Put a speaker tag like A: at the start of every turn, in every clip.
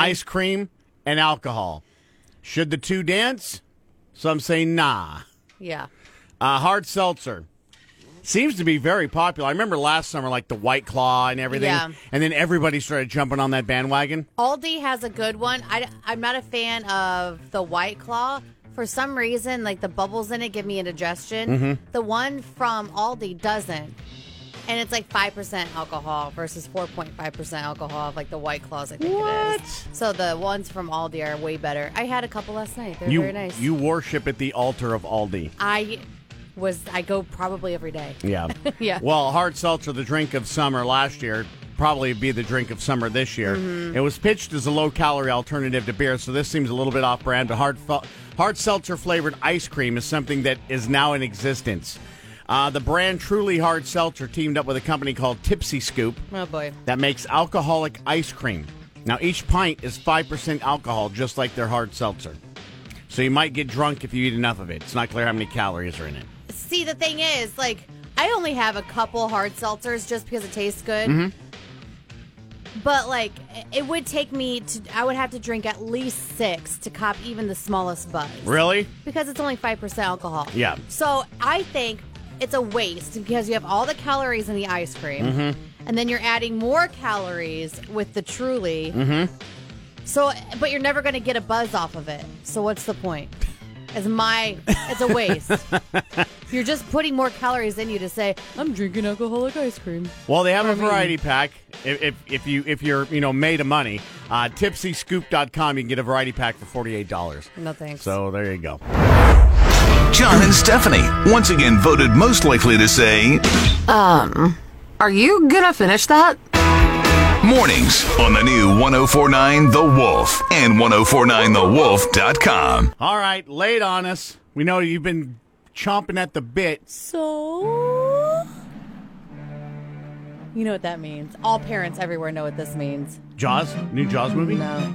A: ice cream, and alcohol. Should the two dance? Some say nah.
B: Yeah.
A: Uh, hard seltzer seems to be very popular. I remember last summer, like the White Claw and everything,
B: Yeah.
A: and then everybody started jumping on that bandwagon.
B: Aldi has a good one. I, I'm not a fan of the White Claw. For some reason, like the bubbles in it give me indigestion.
A: Mm-hmm.
B: The one from Aldi doesn't. And it's like 5% alcohol versus 4.5% alcohol of like the White Claws, I think it is. So the ones from Aldi are way better. I had a couple last night. They're
A: you
B: very nice.
A: you worship at the altar of Aldi.
B: I was, I go probably every day.
A: Yeah.
B: Yeah.
A: Well, hard seltzer, the drink of summer last year, probably be the drink of summer this year. It was pitched as a low calorie alternative to beer, so this seems a little bit off brand, but hard, fel- hard seltzer flavored ice cream is something that is now in existence. Uh, the brand Truly Hard Seltzer teamed up with a company called Tipsy Scoop
B: Oh boy.
A: that makes alcoholic ice cream. Now, each pint is 5% alcohol, just like their hard seltzer. So you might get drunk if you eat enough of it. It's not clear how many calories are in it.
B: See, the thing is, like, I only have a couple hard seltzers just because it tastes good. But like, it- it would take me to. I would have to drink at least six to cop even the smallest buzz.
A: Really?
B: Because it's only five percent alcohol.
A: Yeah.
B: So I think it's a waste because you have all the calories in the ice cream, and then you're adding more calories with the Truly. Mm-hmm. So, but you're never going to get a buzz off of it. So what's the point? It's my. It's a waste. You're just putting more calories in you to say I'm drinking alcoholic ice cream.
A: Well, they have a variety pack. If, if, if you if you're you know made of money, uh, tipsyscoop.com, you can get a variety pack for forty eight dollars.
B: No thanks.
A: So there you go.
C: John and Stephanie, once again voted most likely to say
D: Are you gonna finish that?
C: mornings on the new 1049 The Wolf and 1049TheWolf.com.
A: All right, late on us. We know you've been chomping at the bit.
B: So. You know what that means. All parents everywhere know what this means.
A: Jaws, new Jaws movie.
B: No.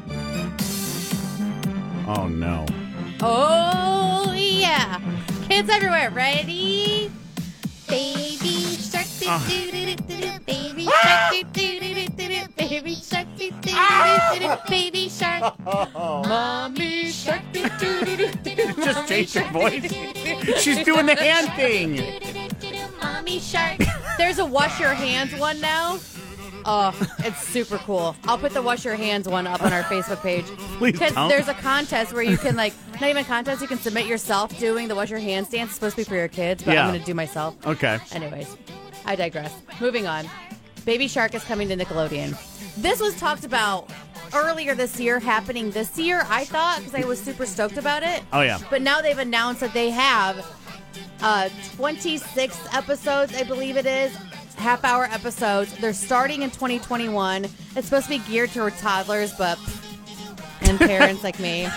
A: Oh no.
B: Oh, yeah. Kids everywhere, ready?
E: Baby shark,
A: Ah.
E: doo doo doo doo doo. Baby shark, doo doo doo doo doo doo. Baby shark, doo doo doo doo
A: Ah.
E: doo. Baby shark, mommy shark, doo doo doo doo doo.
A: Just change your voice. She's
E: She's
A: doing the hand thing.
E: Mommy shark.
B: There's a wash your hands one now. Oh, it's super cool. I'll put the wash your hands one up on our Facebook page.
A: Please don't.
B: there's a contest where you can, like, not even a contest, you can submit yourself doing the wash your hands dance. It's supposed to be for your kids, but
A: Yeah.
B: I'm going to do myself.
A: Okay.
B: Anyways, I digress. Moving on. Baby Shark is coming to Nickelodeon. This was talked about earlier this year, happening this year, I thought, because I was super stoked about it.
A: Oh, yeah.
B: But now they've announced that they have uh, 26 episodes, I believe it is, half hour episodes. They're starting in 2021. It's supposed to be geared toward toddlers, but. And parents like me,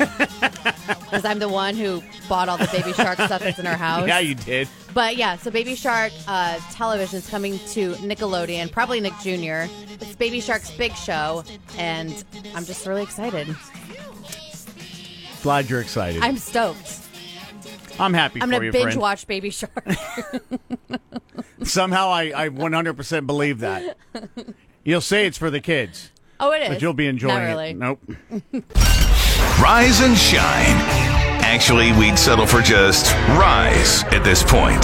B: because I'm the one who bought all the baby shark stuff that's in our house.
A: Yeah, you did.
B: But yeah, so Baby Shark uh, television is coming to Nickelodeon, probably Nick Jr. It's Baby Shark's big show, and I'm just really excited.
A: Glad you're excited. I'm,
B: I'm stoked.
A: happy
B: I'm
A: for
B: gonna
A: you,
B: binge
A: friend.
B: watch Baby Shark.
A: Somehow I, I 100% believe that. You'll say it's for the kids,
B: oh, it is.
A: but you'll be enjoying
B: Not really.
A: it. Nope.
C: Rise and shine. Actually, we'd settle for just rise at this point.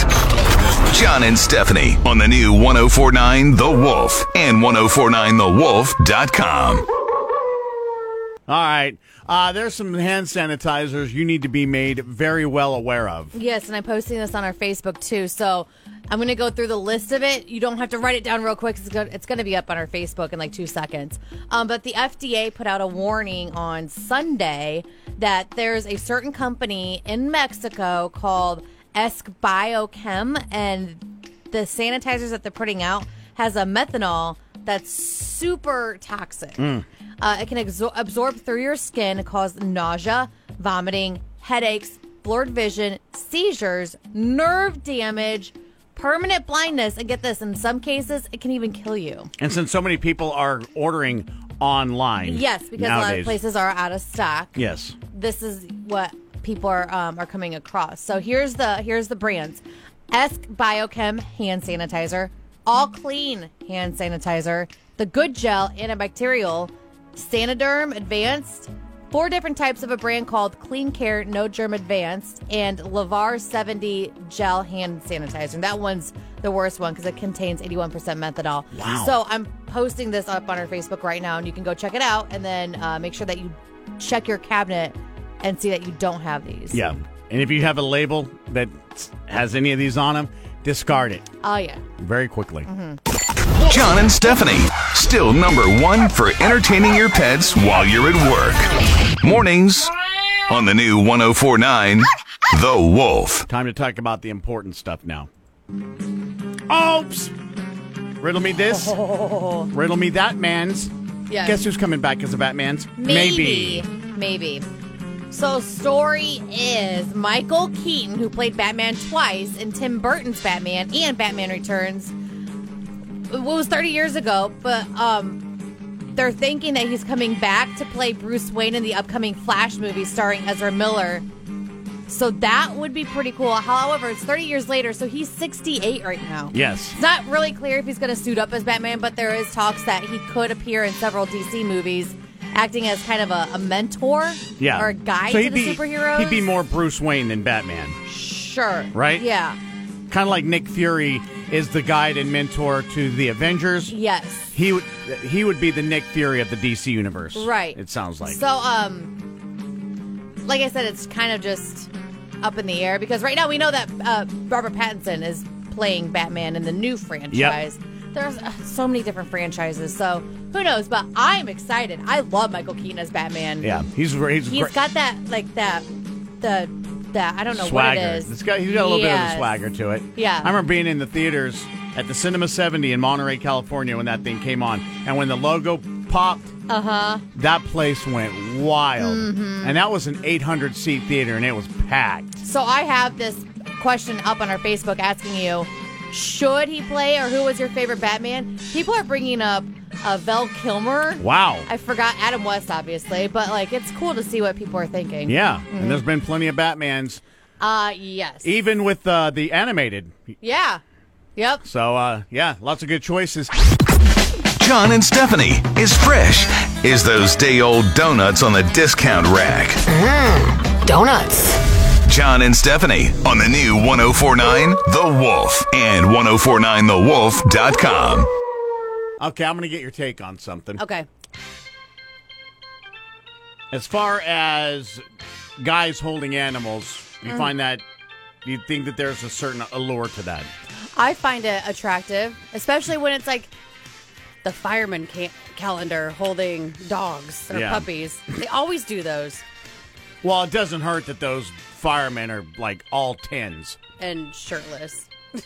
C: John and Stephanie on the new 1049 The Wolf and 1049TheWolf.com.
A: All right. Uh, there's some hand sanitizers you need to be made very well aware of.
B: Yes, and I'm posting this on our Facebook too. So I'm going to go through the list of it. You don't have to write it down real quick. 'cause It's go- it's going to be up on our Facebook in like two seconds. Um, but the FDA put out a warning on Sunday that there's a certain company in Mexico called Esk Biochem, and the sanitizers that they're putting out has a methanol that's super toxic. Uh, it can exor- absorb through your skin, cause nausea, vomiting, headaches, blurred vision, seizures, nerve damage, permanent blindness, and get this, in some cases, it can even kill you.
A: And since so many people are ordering online,
B: Yes, because a lot of
A: nowadays,
B: places are out of stock.
A: Yes.
B: This is what people are um, are coming across. So here's the here's the brands: Esk Biochem hand sanitizer, All Clean hand sanitizer, the Good Gel antibacterial, Sanoderm Advanced, four different types of a brand called Clean Care No Germ Advanced, and Lavar 70 Gel Hand Sanitizer. And that one's the worst one because it contains 81% methanol.
A: Wow.
B: So I'm posting this up on our Facebook right now, and you can go check it out and then uh, make sure that you check your cabinet and see that you don't have these.
A: Yeah. And if you have a label that has any of these on them, discard it
B: Oh, yeah.
A: very quickly.
B: Mm-hmm.
C: John and Stephanie, still number one for entertaining your pets while you're at work. Mornings on the new 1049 The Wolf.
A: Time to talk about the important stuff now. Oops! Riddle me this. Riddle me that man's.
B: Yes.
A: Guess who's coming back as a Batman's?
B: Maybe. Maybe. So, story is Michael Keaton, who played Batman twice in Tim Burton's Batman and Batman Returns, it was 30 years ago, but um, they're thinking that he's coming back to play Bruce Wayne in the upcoming Flash movie starring Ezra Miller. So, that would be pretty cool. However, it's 30 years later, so he's 68 right now.
A: Yes.
B: It's not really clear if he's going to suit up as Batman, but there is talks that he could appear in several DC movies, acting as kind of a, a mentor
A: Yeah.
B: or a guide
A: so
B: to
A: he'd
B: the
A: be,
B: superheroes.
A: He'd be more Bruce Wayne than Batman.
B: sure,
A: Right?
B: Yeah,
A: Kind of like Nick Fury is the guide and mentor to the Avengers.
B: yes,
A: He would he would be the Nick Fury of the DC universe.
B: right.
A: It sounds like.
B: So, um, like I said, it's kind of just up in the air because right now we know that uh, Robert Pattinson is playing Batman in the new franchise. There's uh, so many different franchises, so who knows? But I'm excited. I love Michael Keaton as Batman.
A: yeah, he's he's,
B: He's
A: great.
B: got that like that the that I don't know
A: swagger.
B: what it is.
A: It's got, he's got a little bit of
B: Yes.
A: the swagger to it.
B: Yeah.
A: I remember being in the theaters at the Cinema 70 in Monterey, California when that thing came on. And when the logo popped, uh-huh. that place went wild.
B: Mm-hmm.
A: And that was an 800 seat theater and it was packed.
B: So I have this question up on our Facebook asking you, should he play or who was your favorite Batman? People are bringing up uh, Val Kilmer.
A: Wow.
B: I forgot Adam West, obviously, but like it's cool to see what people are thinking.
A: yeah.
B: Mm-hmm.
A: And there's been plenty of Batmans,
B: Uh yes.
A: even with uh, the animated.
B: yeah. Yep.
A: So, uh, yeah, lots of good choices.
C: John and Stephanie is fresh is those day old donuts on the discount rack.
D: Donuts.
C: John and Stephanie on the new 1049 The Wolf and 1049TheWolf.com.
A: Okay, I'm going to get your take on something.
B: Okay.
A: As far as guys holding animals, you
B: Mm-hmm.
A: find that you think that there's a certain allure to that.
B: I find it attractive, especially when it's like the fireman ca- calendar holding dogs or
A: Yeah.
B: puppies. They always do those.
A: Well, it doesn't hurt that those firemen are like all tens.
B: and shirtless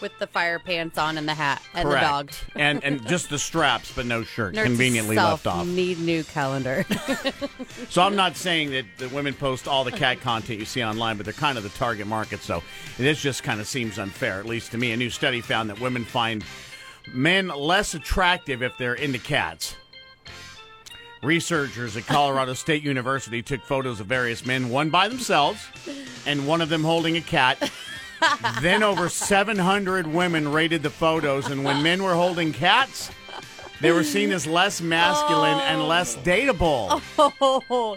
B: with the fire pants on and the hat and
A: Correct.
B: the dog.
A: and and just the straps, but no shirt,
B: Nerds
A: conveniently
B: self
A: left off.
B: Need new calendar.
A: So I'm not saying that the women post all the cat content you see online, but they're kind of the target market. So this just kind of seems unfair, at least to me. A new study found that women find men less attractive if they're into cats. Researchers at Colorado State University took photos of various men, one by themselves and one of them holding a cat. then over 700 women rated the photos, and when men were holding cats, they were seen as less masculine and less dateable.
F: Oh,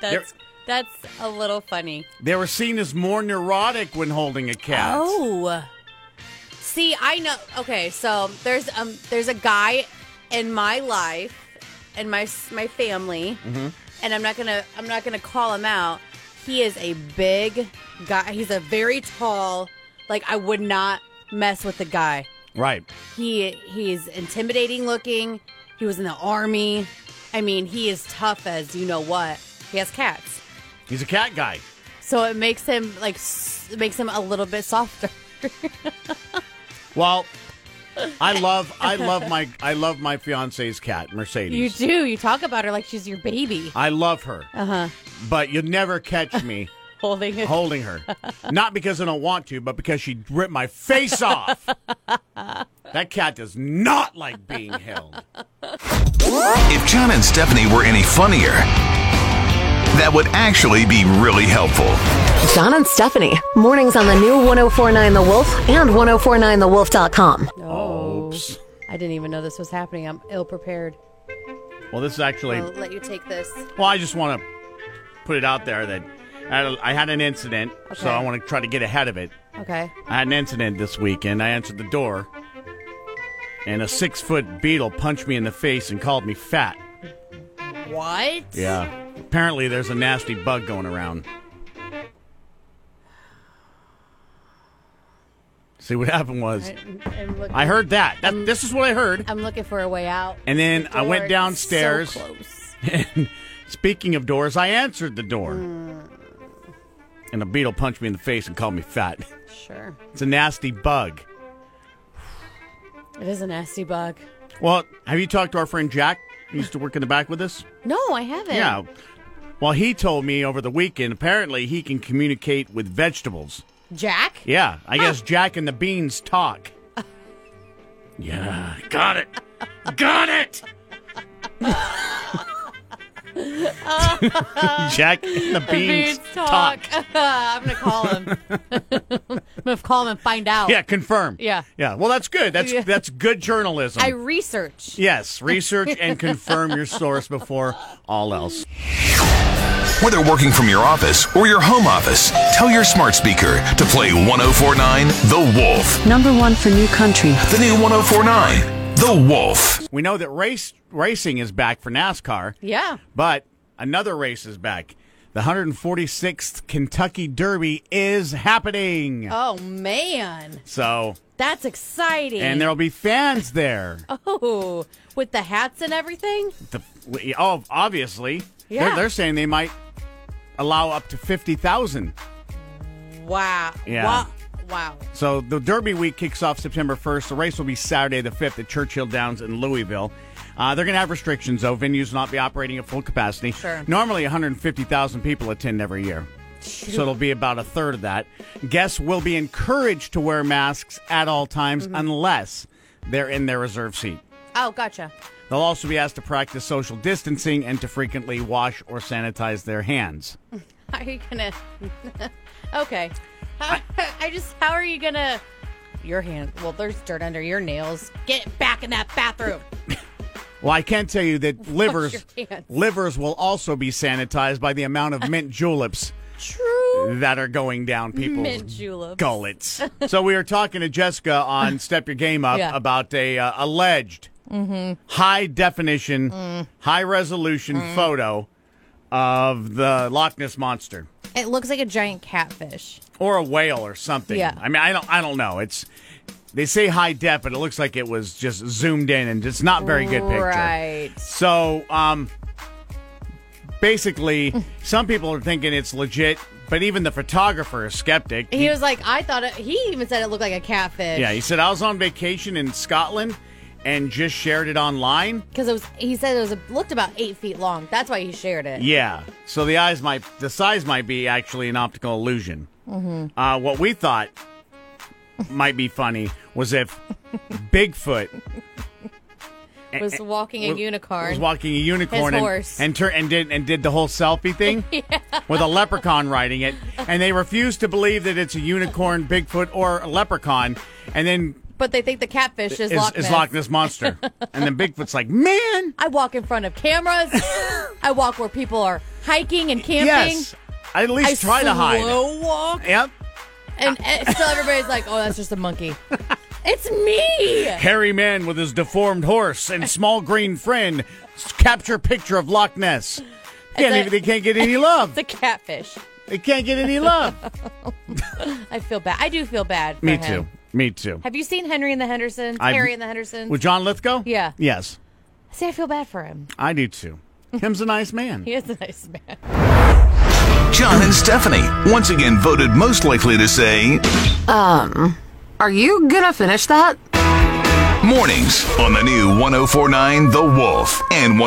F: that's
A: There-
F: that's a little funny.
A: They were seen as more neurotic when holding a cat.
B: oh, see, I know. Okay, so there's um there's a guy in my life and my s- my family,
A: Mm-hmm.
B: and I'm not gonna I'm not gonna call him out. He is a big guy. He's a very tall. Like I would not mess with the guy.
A: Right.
B: He he's intimidating looking. He was in the army. I mean, he is tough as you know what. He has cats,
A: He's a cat guy.
B: so it makes him like s- it makes him a little bit softer.
A: Well, I love I love my I love my fiance's cat, Mercedes.
B: You do. You talk about her like she's your baby.
A: I love her. Uh-huh. But you'll never catch me
B: Holding it.
A: holding her. Not because I don't want to, but because she ripped my face off. that cat does not like being held.
C: If John and Stephanie were any funnier, that would actually be really helpful.
D: John and Stephanie. Mornings on the new 1049 The Wolf and 1049TheWolf.com.
A: Oops.
B: Oh. I didn't even know this was happening. I'm ill prepared.
A: Well, this is actually.
B: I'll let you take this.
A: Well, I just want to put it out there that I had, I had an incident, so
B: Okay.
A: I want to try to get ahead of it.
B: Okay.
A: I had an incident this weekend. I answered the door, and a six foot beetle punched me in the face and called me fat.
B: What?
A: Yeah. Apparently, there's a nasty bug going around. See what happened was
B: I'm, look-
A: I heard that. that this is what I heard.
B: I'm looking for a way out.
A: And then I
B: Door
A: went
B: is
A: downstairs.
B: So close.
A: And speaking of doors, I answered the door.
B: Hmm.
A: And a beetle punched me in the face and called me fat.
F: Sure.
A: It's a nasty bug.
B: It is a nasty bug.
A: Well, have you talked to our friend Jack? He used to work in the back with us?
B: No, I haven't.
A: Yeah. Well, he told me over the weekend apparently he can communicate with vegetables.
B: Jack?
A: Yeah, I guess Jack and the beans talk. Yeah, got it. Got it. Jack and the beans, talk.
B: I'm gonna call him. I'm gonna call him and find out.
A: Yeah, confirm.
B: Yeah.
A: Yeah. Well, that's good. That's
B: Yeah.
A: that's good journalism.
B: I research.
A: yes, research and confirm your source before all else.
C: Whether working from your office or your home office, tell your smart speaker to play 1049 The Wolf.
G: Number one for new country.
C: The new 1049 The Wolf.
A: We know that race racing is back for NASCAR.
B: Yeah.
A: But another race is back. The 146th Kentucky Derby is happening.
B: Oh man,
A: So,
B: that's exciting.
A: and there'll be fans there.
B: oh, with the hats and everything.
A: The, we- oh, obviously. They're-
B: Yeah.
A: They're, saying they might allow up to 50,000.
B: Wow.
A: Yeah.
B: Wow. wow.
A: So the Derby week kicks off September 1st. The race will be Saturday the 5th at Churchill Downs in Louisville. Uh, they're going to have restrictions, though. Venues will not be operating at full capacity.
B: Sure.
A: Normally, 150,000 people attend every year. So it'll be about a third of that. Guests will be encouraged to wear masks at all times unless they're in their reserve seat.
B: Oh, gotcha.
A: They'll also be asked to practice social distancing and to frequently wash or sanitize their hands.
B: How are you gonna? okay. How, I just. How are you gonna? Your hand. Well, there's dirt under your nails. Get back in that bathroom.
A: Well, I can tell you that livers
B: your hands.
A: livers will also be sanitized by the amount of mint juleps
B: True.
A: that are going down people's
B: Mint juleps.
A: gullets. so we were talking to Jessica on Step Your Game Up
B: Yeah. Mm-hmm.
A: about a uh, alleged high definition,
B: Mm.
A: high resolution photo of the Loch Ness monster
B: It looks like a giant catfish.
A: or a whale or something.
B: Yeah.
A: I mean, I don't, I don't know. It's they say high def, but it looks like it was just zoomed in, and it's not very good picture.
B: Right.
A: So, um, basically, some people are thinking it's legit, but even the photographer is skeptic.
B: He was like, I thought it, he even said it looked like a catfish.
A: yeah, he said I was on vacation in Scotland and just shared it online.
B: because it was. He said it was a, looked about eight feet long. That's why he shared it.
A: Yeah. So the eyes might, the size might be actually an optical illusion. Mm-hmm. Uh, what we thought might be funny was if Bigfoot
B: Was walking a
A: was-
B: unicorn.
A: was walking a unicorn and
B: horse.
A: and, tur- and did and did the whole selfie thing with a leprechaun riding it, and they refuse to believe that it's a unicorn, Bigfoot, or a leprechaun, and then.
B: but they think the catfish is,
A: Is
B: Loch
A: is
B: Ness.
A: Loch Ness monster, and then Bigfoot's like, man,
B: I walk in front of cameras. I walk where people are hiking and camping.
A: yes, I at least
B: I
A: try to hide.
B: slow walk,
A: Yep,
B: and, and still everybody's like, "Oh, that's just a monkey." it's me.
A: hairy man with his deformed horse and small green friend s- capture picture of Loch Ness. Can't
B: a-
A: even, they can't get any love.
B: The catfish.
A: They can't get any love.
B: I feel bad. I do feel bad. For
A: Me
B: him.
A: too. Me too.
B: Have you seen Henry and the Hendersons?
A: I've-
B: Harry and the Hendersons.
A: With John Lithgow?
B: Yeah.
A: Yes.
B: See, I feel bad for him.
A: I do too. Him's a nice man.
B: He is a nice man.
C: John and Stephanie, once again voted most likely to say
D: Are you gonna finish that?
C: mornings on the new 1049 The Wolf and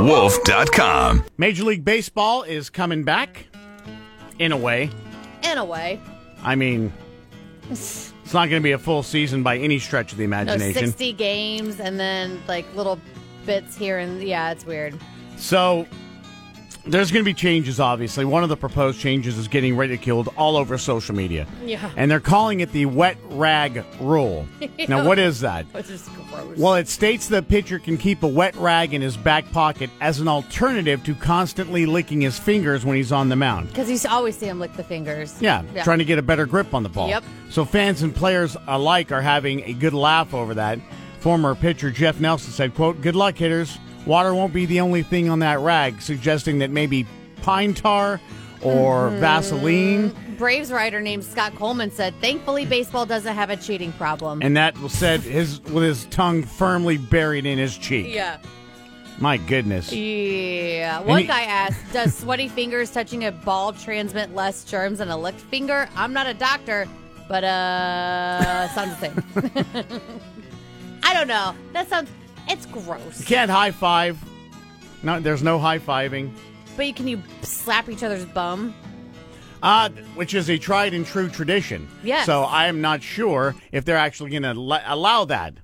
C: 1049TheWolf.com.
A: Major League Baseball is coming back in a way.
B: In a way,
A: I mean, it's not going to be a full season by any stretch of the
B: no,
A: imagination.
B: sixty games and then like little bits here and yeah, it's weird.
A: So there's going to be changes, obviously. One of the proposed changes is getting ridiculed all over social media.
B: Yeah.
A: And they're calling it the wet rag rule. Now, what is that?
B: Which is gross.
A: Well, it states the pitcher can keep a wet rag in his back pocket as an alternative to constantly licking his fingers when he's on the mound.
B: Because you always see him lick the fingers.
A: Yeah, trying to get a better grip on the ball.
B: Yep.
A: So fans and players alike are having a good laugh over that. Former pitcher Jeff Nelson said, quote, Good luck, hitters. Water won't be the only thing on that rag, suggesting that maybe pine tar or Vaseline.
B: Braves writer named Scott Coleman said, "Thankfully, baseball doesn't have a cheating problem."
A: Mm. And that was said his with his tongue firmly buried in his cheek.
F: Yeah.
A: My goodness.
B: yeah. One
A: he-
B: guy asked, "Does sweaty fingers touching a ball transmit less germs than a licked finger?" I'm not a doctor, but uh, sounds the same. I don't know. That sounds. It's
A: You
B: gross.
A: can't high five. No, there's no high fiving.
B: But you, can you slap each other's bum?
A: Uh, which is a tried and true tradition.
B: Yes.
A: So I am not sure if they're actually going to allow that.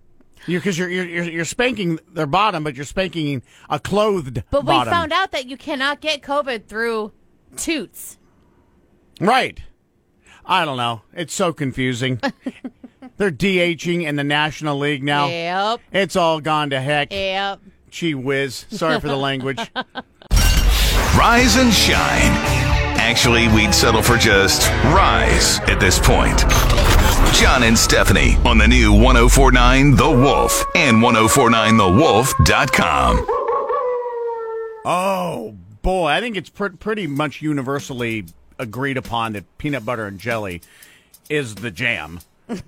A: Because you're, you're, you're, you're spanking their bottom, but you're spanking a clothed
B: But
A: bottom.
B: we found out that you cannot get COVID through toots.
A: Right. I don't know. It's so confusing. they're DHing in the National League now.
B: Yep.
A: It's all gone to heck.
B: Yep.
A: Gee whiz. Sorry for the language.
C: Rise and shine. Actually, we'd settle for just rise at this point. John and Stephanie on the new 1049 The Wolf and 1049TheWolf.com.
A: Oh boy, I think it's pr- pretty much universally agreed upon that peanut butter and jelly is the jam,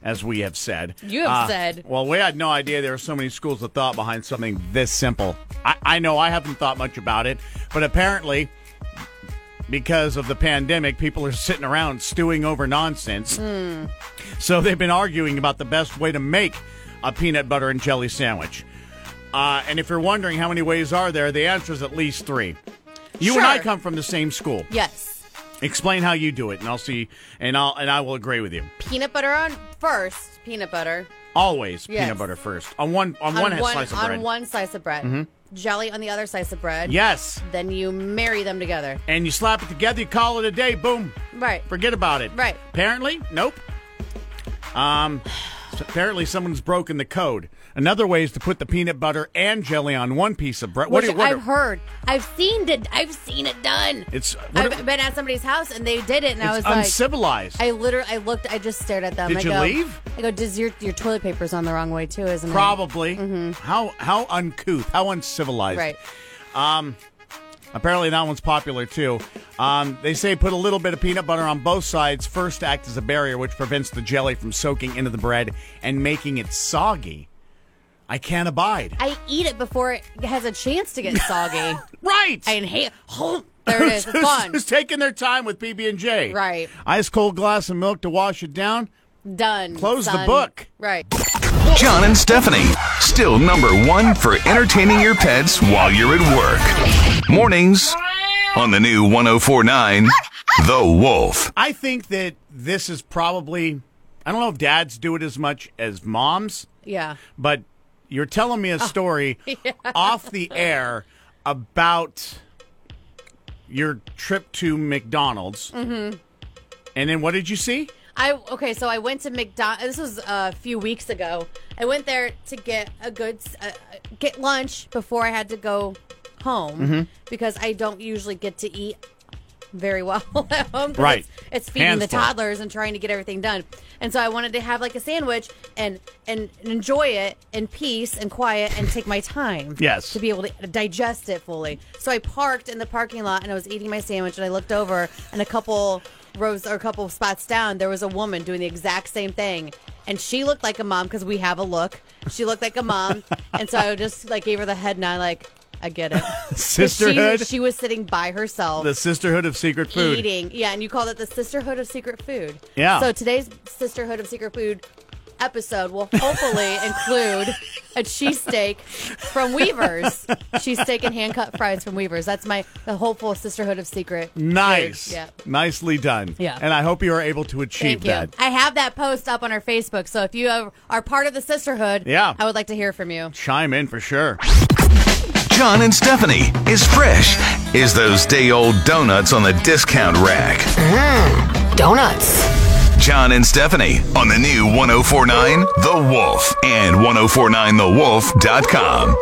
A: as we have said. Uh,
B: You have said.
A: Well, we had no idea there were so many schools of thought behind something this simple. I, I know I haven't thought much about it, but apparently. Because of the pandemic, people are sitting around stewing over nonsense. So they've been arguing about the best way to make a peanut butter and jelly sandwich. Uh, and if you're wondering how many ways are there, the answer is at least three. You and I
B: Sure.
A: come from the same school.
B: Yes.
A: Explain how you do it, and I'll see, and I'll and I will agree with you.
B: Peanut butter on first.
F: Peanut butter.
A: Always
B: Yes.
A: peanut butter first on one on, one, slice of
B: on
A: bread. Mm-hmm.
B: one slice of bread. Jelly on the other slice of bread.
A: Yes,
B: Then you marry them together.
A: and you slap it together, you call it a day. Boom,
B: Right.
A: forget about it.
B: Right.
A: Apparently, nope. Um, so apparently someone's broken the code. Another way is to put the peanut butter and jelly on one piece of bread. What do
B: Which
A: you? What
B: I've
A: do-
B: heard. I've seen it. I've seen it done.
A: It's what
B: I've
A: do-
B: been at somebody's house and they did it, and I was
A: it's
B: like,
A: uncivilized.
B: I literally, I looked, I just stared at them.
A: Did
B: I
A: you
B: go,
A: leave?
B: I go, does your your toilet paper's on the wrong way too? Isn't it?
A: Probably. How how uncouth, how uncivilized. Um,
B: Mm-hmm. Right.
A: Apparently that one's popular too. Um, they say put a little bit of peanut butter on both sides first to act as a barrier, which prevents the jelly from soaking into the bread and making it soggy. I can't abide.
B: I eat it before it has a chance to get soggy.
A: right.
B: I inhale. There it is. It's gone.
A: Who's taking their time with PB and J?
B: Right.
A: Ice cold glass of milk to wash it down.
B: Done.
A: Close the
B: son.
A: book.
B: Right.
C: John and Stephanie, still number one for entertaining your pets while you're at work. Mornings on the new 1049 The Wolf.
A: I think that this is probably. I don't know if dads do it as much as moms.
B: Yeah.
A: but you're telling
B: Oh,
A: me a story off the air about your trip to McDonald's. Mm-hmm. And then what did you see?
B: I okay, so I went to McDonald's. This was a few weeks ago. I went there to get a good uh, get lunch before I had to go home
A: Mm-hmm.
B: because I don't usually get to eat very well at home. 'cause
A: Right.
B: it's, it's feeding
A: Hands
B: the
A: full.
B: toddlers and trying to get everything done. And so I wanted to have like a sandwich and and enjoy it in peace and quiet and take my time.
A: Yes.
B: to be able to digest it fully. So I parked in the parking lot and I was eating my sandwich and I looked over and a couple rows or a couple spots down there was a woman doing the exact same thing and she looked like a mom because we have a look. She looked like a mom and so I just like gave her the head nod like I get it. 'Cause she-
A: Sisterhood?
B: She, was sitting by herself.
A: The Sisterhood of Secret Food.
B: Eating. Yeah, and you called it the Sisterhood of Secret Food.
A: Yeah.
B: So today's Sisterhood of Secret Food episode will hopefully include a cheesesteak from Weaver's. cheesesteak and hand cut fries from Weaver's. That's my the hopeful Sisterhood of Secret.
A: Nice.
B: food. Yeah.
A: Nicely done.
B: Yeah.
A: And I hope you are able to achieve
B: Thank you.
A: that.
B: I have that post up on our Facebook, so if you are- are part of the sisterhood,
A: Yeah.
B: I would like to hear from you.
A: Chime in for sure.
C: John and Stephanie is fresh is those day old donuts on the discount rack.
D: Donuts.
C: John and Stephanie oh on the new 1049 The Wolf and 1049TheWolf.com.